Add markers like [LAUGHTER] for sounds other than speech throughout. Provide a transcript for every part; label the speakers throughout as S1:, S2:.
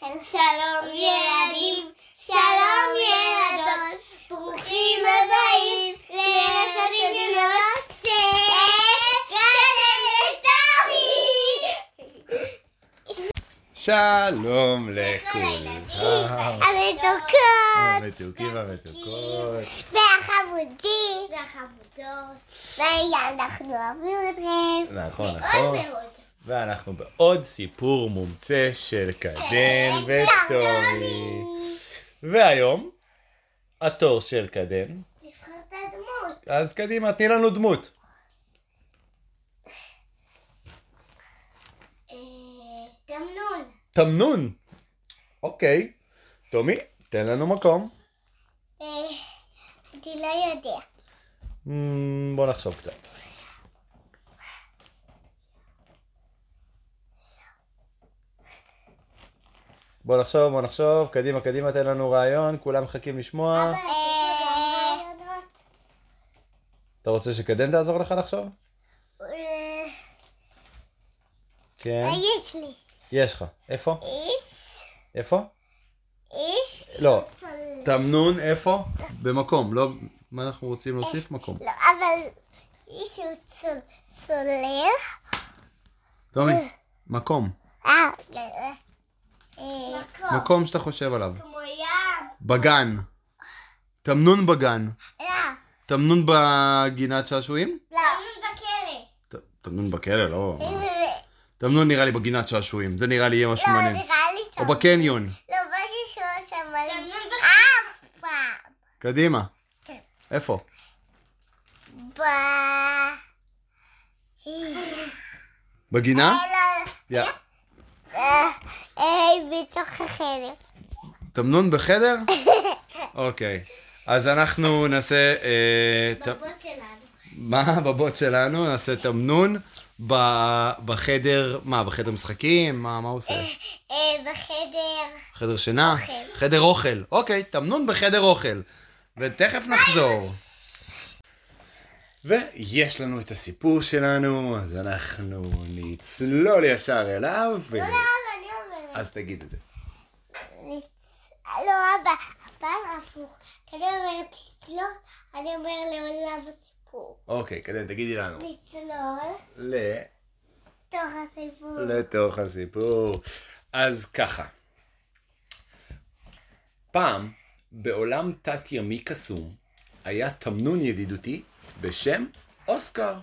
S1: כן, שלום ילדים, שלום ילדות, ברוכים הבאים לילדים ילדות של גן אלמנטרי!
S2: שלום
S1: [LAUGHS]
S2: לכולם. אה,
S1: המתוקות!
S2: המתוקים והמתוקות.
S1: והחמודים! והחמודות! ואנחנו אוהבים אתכם!
S2: נכון, נכון. ואנחנו בעוד סיפור מומצא של
S1: [LAUGHS]
S2: קדן וטומי. והיום, התור של קדן.
S1: לבחור את הדמות.
S2: אז קדימה, תני לנו דמות.
S1: אה, תמנון.
S2: תמנון. אוקיי. טומי, תן לנו מקום.
S1: אה, אני לא יודע.
S2: אמ, בוא נחשוב קצת. בוא נחשוב, בוא נחשוב, קדימה, קדימה, תן לנו רעיון, כולם מחכים לשמוע. אתה רוצה שקדן תעזור לך לחשוב?
S1: אה,
S2: כן.
S1: מה יש לי?
S2: יש לך. איפה?
S1: איש?
S2: איפה?
S1: איש?
S2: לא.
S1: צולל.
S2: תמנון, איפה? במקום, לא... מה אנחנו רוצים להוסיף? מקום.
S1: לא, אבל איש הוא צול- צולל.
S2: טומי, מקום.
S1: אה, אה, אה,
S2: מקום שאתה חושב עליו.
S1: כמו ים.
S2: בגן. תמנון בגן.
S1: לא,
S2: תמנון בגינת שעשועים?
S1: לא. בכלא.
S2: ת- תמנון בכלא, לא. תמנון נראה לי בגינת שעשועים, זה נראה לי יהיה משהו
S1: לא,
S2: מעניין.
S1: נראה לי
S2: או
S1: טוב.
S2: בקניון.
S1: לא, משהו שלא שמענו אף פעם.
S2: קדימה.
S1: כן.
S2: איפה?
S1: ב...
S2: אה? בגינה?
S1: אה, לא,
S2: יא.
S1: אה, אה, בתוך החרב. [LAUGHS]
S2: תמנון בחדר? אוקיי. אז אנחנו נעשה... אה, ת- מה? בבוט שלנו, נעשה תמנון ב- בחדר... מה, בחדר משחקים? מה מה הוא עושה?
S1: אה, בחדר.
S2: חדר שינה?
S1: אוכל.
S2: חדר אוכל. אוקיי, תמנון בחדר אוכל. ותכף נחזור. ויש לנו את הסיפור שלנו, אז אנחנו נצלול ישר אליו. ו...
S1: אבא, אני אומרת.
S2: אז תגיד את זה.
S1: לא, אבא, הפעם הפוך. אני אומרת לצלול, אני אומר לעולם הסיפור.
S2: אוקיי, קדם, תגידי לנו.
S1: לצלול,
S2: ל...
S1: תוך הסיפור.
S2: לתוך הסיפור. אז ככה. פעם, בעולם תת-ימי קסום, היה תמנון ידידותי בשם אוסקר.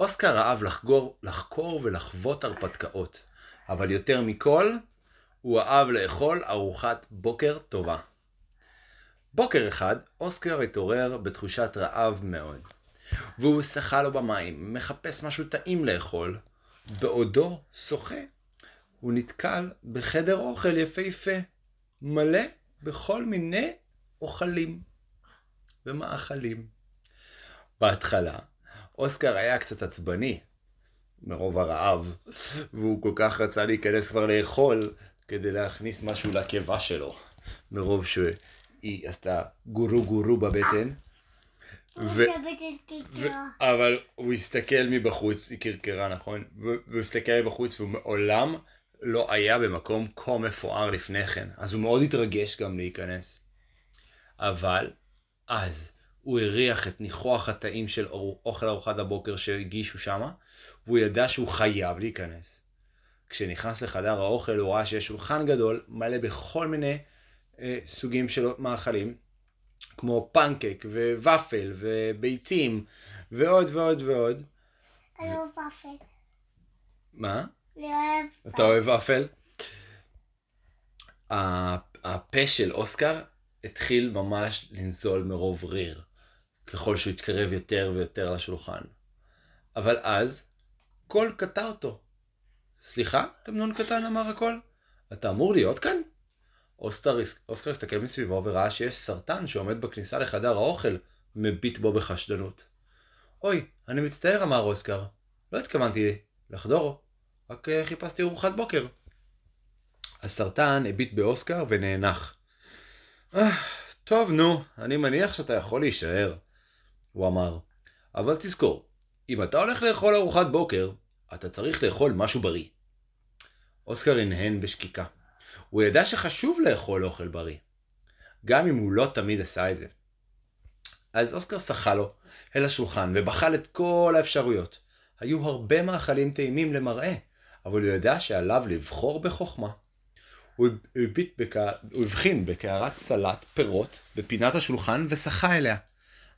S2: אוסקר אהב לחגור, לחקור ולחוות הרפתקאות, אבל יותר מכל, הוא אהב לאכול ארוחת בוקר טובה. בוקר אחד, אוסקר התעורר בתחושת רעב מאוד, והוא שחה לו במים, מחפש משהו טעים לאכול, בעודו שוחה, הוא נתקל בחדר אוכל יפהפה, מלא בכל מיני אוכלים ומאכלים. בהתחלה, אוסקר היה קצת עצבני מרוב הרעב, והוא כל כך רצה להיכנס כבר לאכול כדי להכניס משהו לקיבה שלו, מרוב שהיא עשתה גורו גורו בבטן. ו- ו... אבל הוא הסתכל מבחוץ, היא קרקרה נכון, ו- והוא הסתכל מבחוץ והוא מעולם לא היה במקום כה מפואר לפני כן, אז הוא מאוד התרגש גם להיכנס. אבל אז הוא הריח את ניחוח הטעים של אור- אוכל ארוחת הבוקר שהגישו שמה, והוא ידע שהוא חייב להיכנס. כשנכנס לחדר האוכל הוא ראה שיש שולחן גדול מלא בכל מיני אה, סוגים של מאכלים, כמו פנקק וופל וביצים ועוד ועוד ועוד.
S1: אני אוהב ופל.
S2: מה?
S1: אני אוהב
S2: אתה אוהב ופל? ה- הפה של אוסקר התחיל ממש לנזול מרוב ריר, ככל שהוא התקרב יותר ויותר לשולחן. אבל אז, קול קטע אותו. סליחה, תמנון קטן אמר הכל? אתה אמור להיות כאן? אוסטר, אוסקר הסתכל מסביבו וראה שיש סרטן שעומד בכניסה לחדר האוכל, מביט בו בחשדנות. אוי, אני מצטער, אמר אוסקר. לא התכוונתי לחדור, רק אה, חיפשתי ארוחת בוקר. הסרטן הביט באוסקר ונאנח. "אה, טוב, נו, אני מניח שאתה יכול להישאר, הוא אמר. אבל תזכור, אם אתה הולך לאכול ארוחת בוקר, אתה צריך לאכול משהו בריא. אוסקר הנהן בשקיקה. הוא ידע שחשוב לאכול אוכל בריא, גם אם הוא לא תמיד עשה את זה. אז אוסקר שחה לו אל השולחן ובחל את כל האפשרויות. היו הרבה מאכלים טעימים למראה, אבל הוא ידע שעליו לבחור בחוכמה. הוא הוא הביט בקע- הוא הבחין בקערת סלט פירות בפינת השולחן ושחה אליה.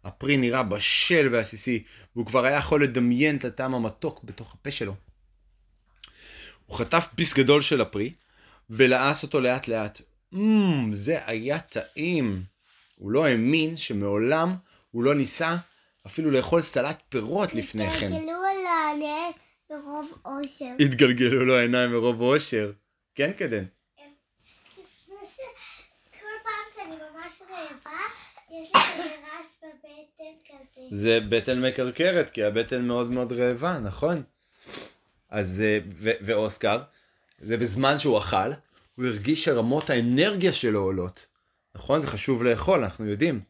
S2: הפרי נראה בשל ועסיסי, והוא כבר היה יכול לדמיין את הטעם המתוק בתוך הפה שלו. הוא חטף פיס גדול של הפרי, ולעס אותו לאט לאט. אממ, זה היה טעים. הוא לא האמין שמעולם הוא לא ניסה אפילו לאכול סלט פירות לפני כן.
S1: התגלגלו על העניין מרוב אושר.
S2: התגלגלו לו העיניים מרוב אושר. כן, קדן.
S1: לפני ש- כל פעם שאני ממש רעבה, יש לי כזה רעש בבטן כזה.
S2: זה בטן מקרקרת, כי הבטן מאוד מאוד רעבה, נכון? אז, אה, ו- ואוסקר, זה בזמן שהוא אכל, הוא הרגיש שרמות האנרגיה שלו עולות. נכון? זה חשוב לאכול, אנחנו יודעים.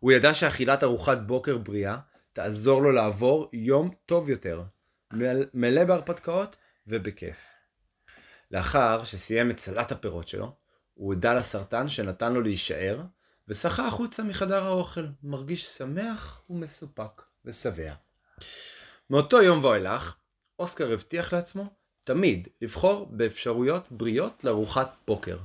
S2: הוא ידע שאכילת ארוחת בוקר בריאה תעזור לו לעבור יום טוב יותר, מל- מלא בהרפתקאות ובכיף. לאחר שסיים את סלט הפירות שלו, הוא הודה לסרטן שנתן לו להישאר, ושחה החוצה מחדר האוכל, מרגיש שמח ומסופק ושבע. מאותו יום ואילך, אוסקר הבטיח לעצמו תמיד לבחור באפשרויות בריאות לארוחת בוקר.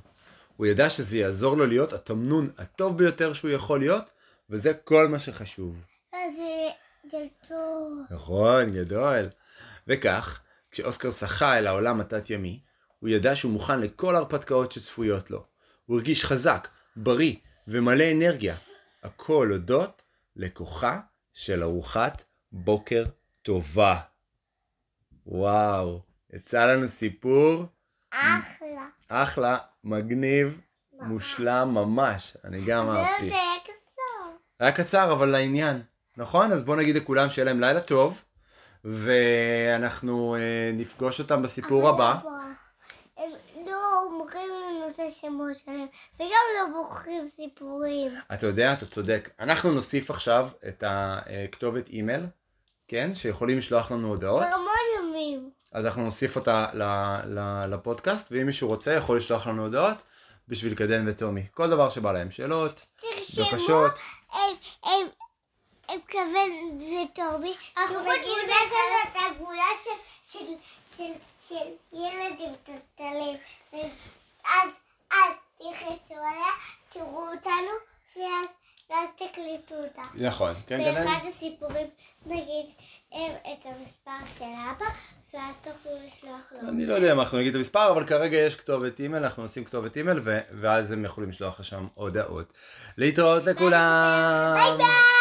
S2: הוא ידע שזה יעזור לו להיות התמנון הטוב ביותר שהוא יכול להיות, וזה כל מה שחשוב.
S1: אז אה, גלגלו.
S2: נכון, גדול. וכך, כשאוסקר שחה אל העולם התת-ימי, הוא ידע שהוא מוכן לכל ההרפתקאות שצפויות לו. הוא הרגיש חזק, בריא ומלא אנרגיה. הכל הודות לכוחה של ארוחת בוקר טובה. וואו, יצא לנו סיפור
S1: אחלה.
S2: אחלה, מגניב, מושלם ממש. אני גם
S1: אבל
S2: אהבתי.
S1: זה היה קצר.
S2: היה קצר, אבל לעניין. נכון? אז בואו נגיד לכולם שיהיה להם לילה טוב, ואנחנו אה, נפגוש אותם בסיפור
S1: אבל
S2: הבא.
S1: לא בא. הם לא אומרים לנו את השמות שלהם, וגם לא בוחרים סיפורים.
S2: אתה יודע, אתה צודק. אנחנו נוסיף עכשיו את הכתובת אימייל, כן? שיכולים לשלוח לנו הודעות.
S1: כבר המון ימים.
S2: אז אנחנו נוסיף אותה ל- ל- לפודקאסט, ואם מישהו רוצה, יכול לשלוח לנו הודעות בשביל קדן וטומי. כל דבר שבא להם, שאלות,
S1: תרשמו,
S2: בקשות.
S1: הם, הם, הם כוון וטומי. אנחנו נגיד את הגולה של, של, של, של ילדים טלטלים. אז, אז תכנסו עליה, תראו אותנו, ואז, ואז תקליטו אותה.
S2: נכון, כן, קדן?
S1: באחד הסיפורים נגיד הם את המספר של אבא, ואז תוכלו לשלוח לו.
S2: אני לא יודע אם אנחנו נגיד את המספר, אבל כרגע יש כתובת אימייל, אנחנו נשים כתובת אימייל, ו- ואז הם יכולים לשלוח לשם הודעות. להתראות לכולם!
S1: ביי!